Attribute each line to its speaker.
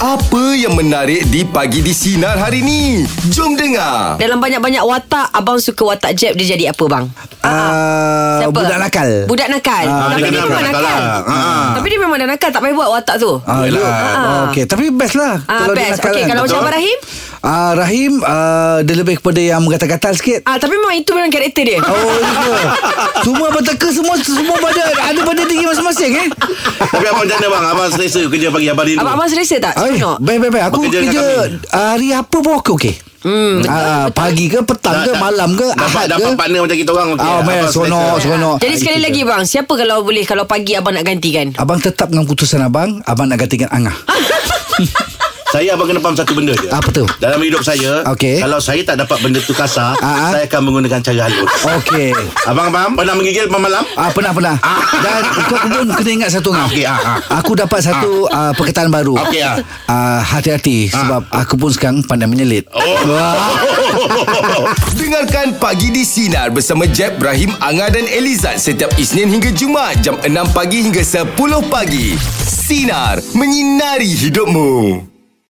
Speaker 1: Apa yang menarik di pagi di sinar hari ni? Jom dengar.
Speaker 2: Dalam banyak-banyak watak Abang suka watak Jeb Dia jadi apa bang?
Speaker 3: Ah,
Speaker 2: Siapa?
Speaker 3: budak nakal.
Speaker 2: Budak nakal
Speaker 3: Ah,
Speaker 2: Tapi
Speaker 3: budak
Speaker 2: dia
Speaker 3: nakal.
Speaker 2: memang nakal,
Speaker 3: Ah.
Speaker 2: Tapi dia memang dah nakal Tak payah buat watak tu
Speaker 3: Ah, yelah. Ah. Okay. Tapi best lah
Speaker 2: Ah,
Speaker 3: kalau dia
Speaker 2: best.
Speaker 3: nakal
Speaker 2: Okey,
Speaker 3: kan.
Speaker 2: kalau macam
Speaker 3: Betul.
Speaker 2: Abang Rahim?
Speaker 3: Ah, Rahim ah, Dia lebih kepada yang Gatal-gatal sikit
Speaker 2: Ah, Tapi memang itu memang karakter dia
Speaker 3: Oh ya Semua berteka Semua semua pada Ada pada diri masing-masing eh
Speaker 4: Tapi abang macam mana bang Abang selesa kerja pagi abang ni
Speaker 2: Abang-abang selesa tak?
Speaker 3: Ay,
Speaker 2: Seronok?
Speaker 3: Baik baik baik Aku
Speaker 4: Bekerja
Speaker 3: kerja,
Speaker 4: dengan
Speaker 3: Hari apa pun aku okey
Speaker 2: Hmm,
Speaker 3: ah, Pagi ke petang ke Malam ke
Speaker 4: Dapat
Speaker 3: Ahad
Speaker 4: dapat
Speaker 3: ke
Speaker 4: partner macam kita orang okey.
Speaker 3: Ah, baik,
Speaker 4: Abang
Speaker 3: seronok,
Speaker 4: selesa.
Speaker 3: seronok. Bono.
Speaker 2: Jadi
Speaker 3: Ah,
Speaker 2: sekali
Speaker 3: itu
Speaker 2: lagi bang Siapa kalau boleh Kalau pagi abang nak gantikan?
Speaker 3: Abang tetap dengan keputusan abang Abang nak gantikan Angah
Speaker 4: Saya abang kena faham satu benda je
Speaker 3: Apa tu?
Speaker 4: Dalam hidup saya
Speaker 3: Okey.
Speaker 4: Kalau saya tak dapat benda tu kasar
Speaker 3: Ah, ah.
Speaker 4: Saya akan menggunakan cara halus
Speaker 3: Okey
Speaker 4: Abang faham? Pernah menggigil malam?
Speaker 3: Ah pernah pernah. Dan kau pun kena ingat satu ngah.
Speaker 4: Okey, ah, ah.
Speaker 3: Aku dapat satu ah. perkataan baru.
Speaker 4: Okey, ah.
Speaker 3: Ah, hati-hati sebab aku pun sekarang pandai menyelit.
Speaker 4: Oh.
Speaker 1: Dengarkan Pagi di Sinar bersama Jeb, Ibrahim, Anga dan Elizad setiap Isnin hingga Jumaat jam 6 pagi hingga 10 pagi. Sinar, menyinari hidupmu.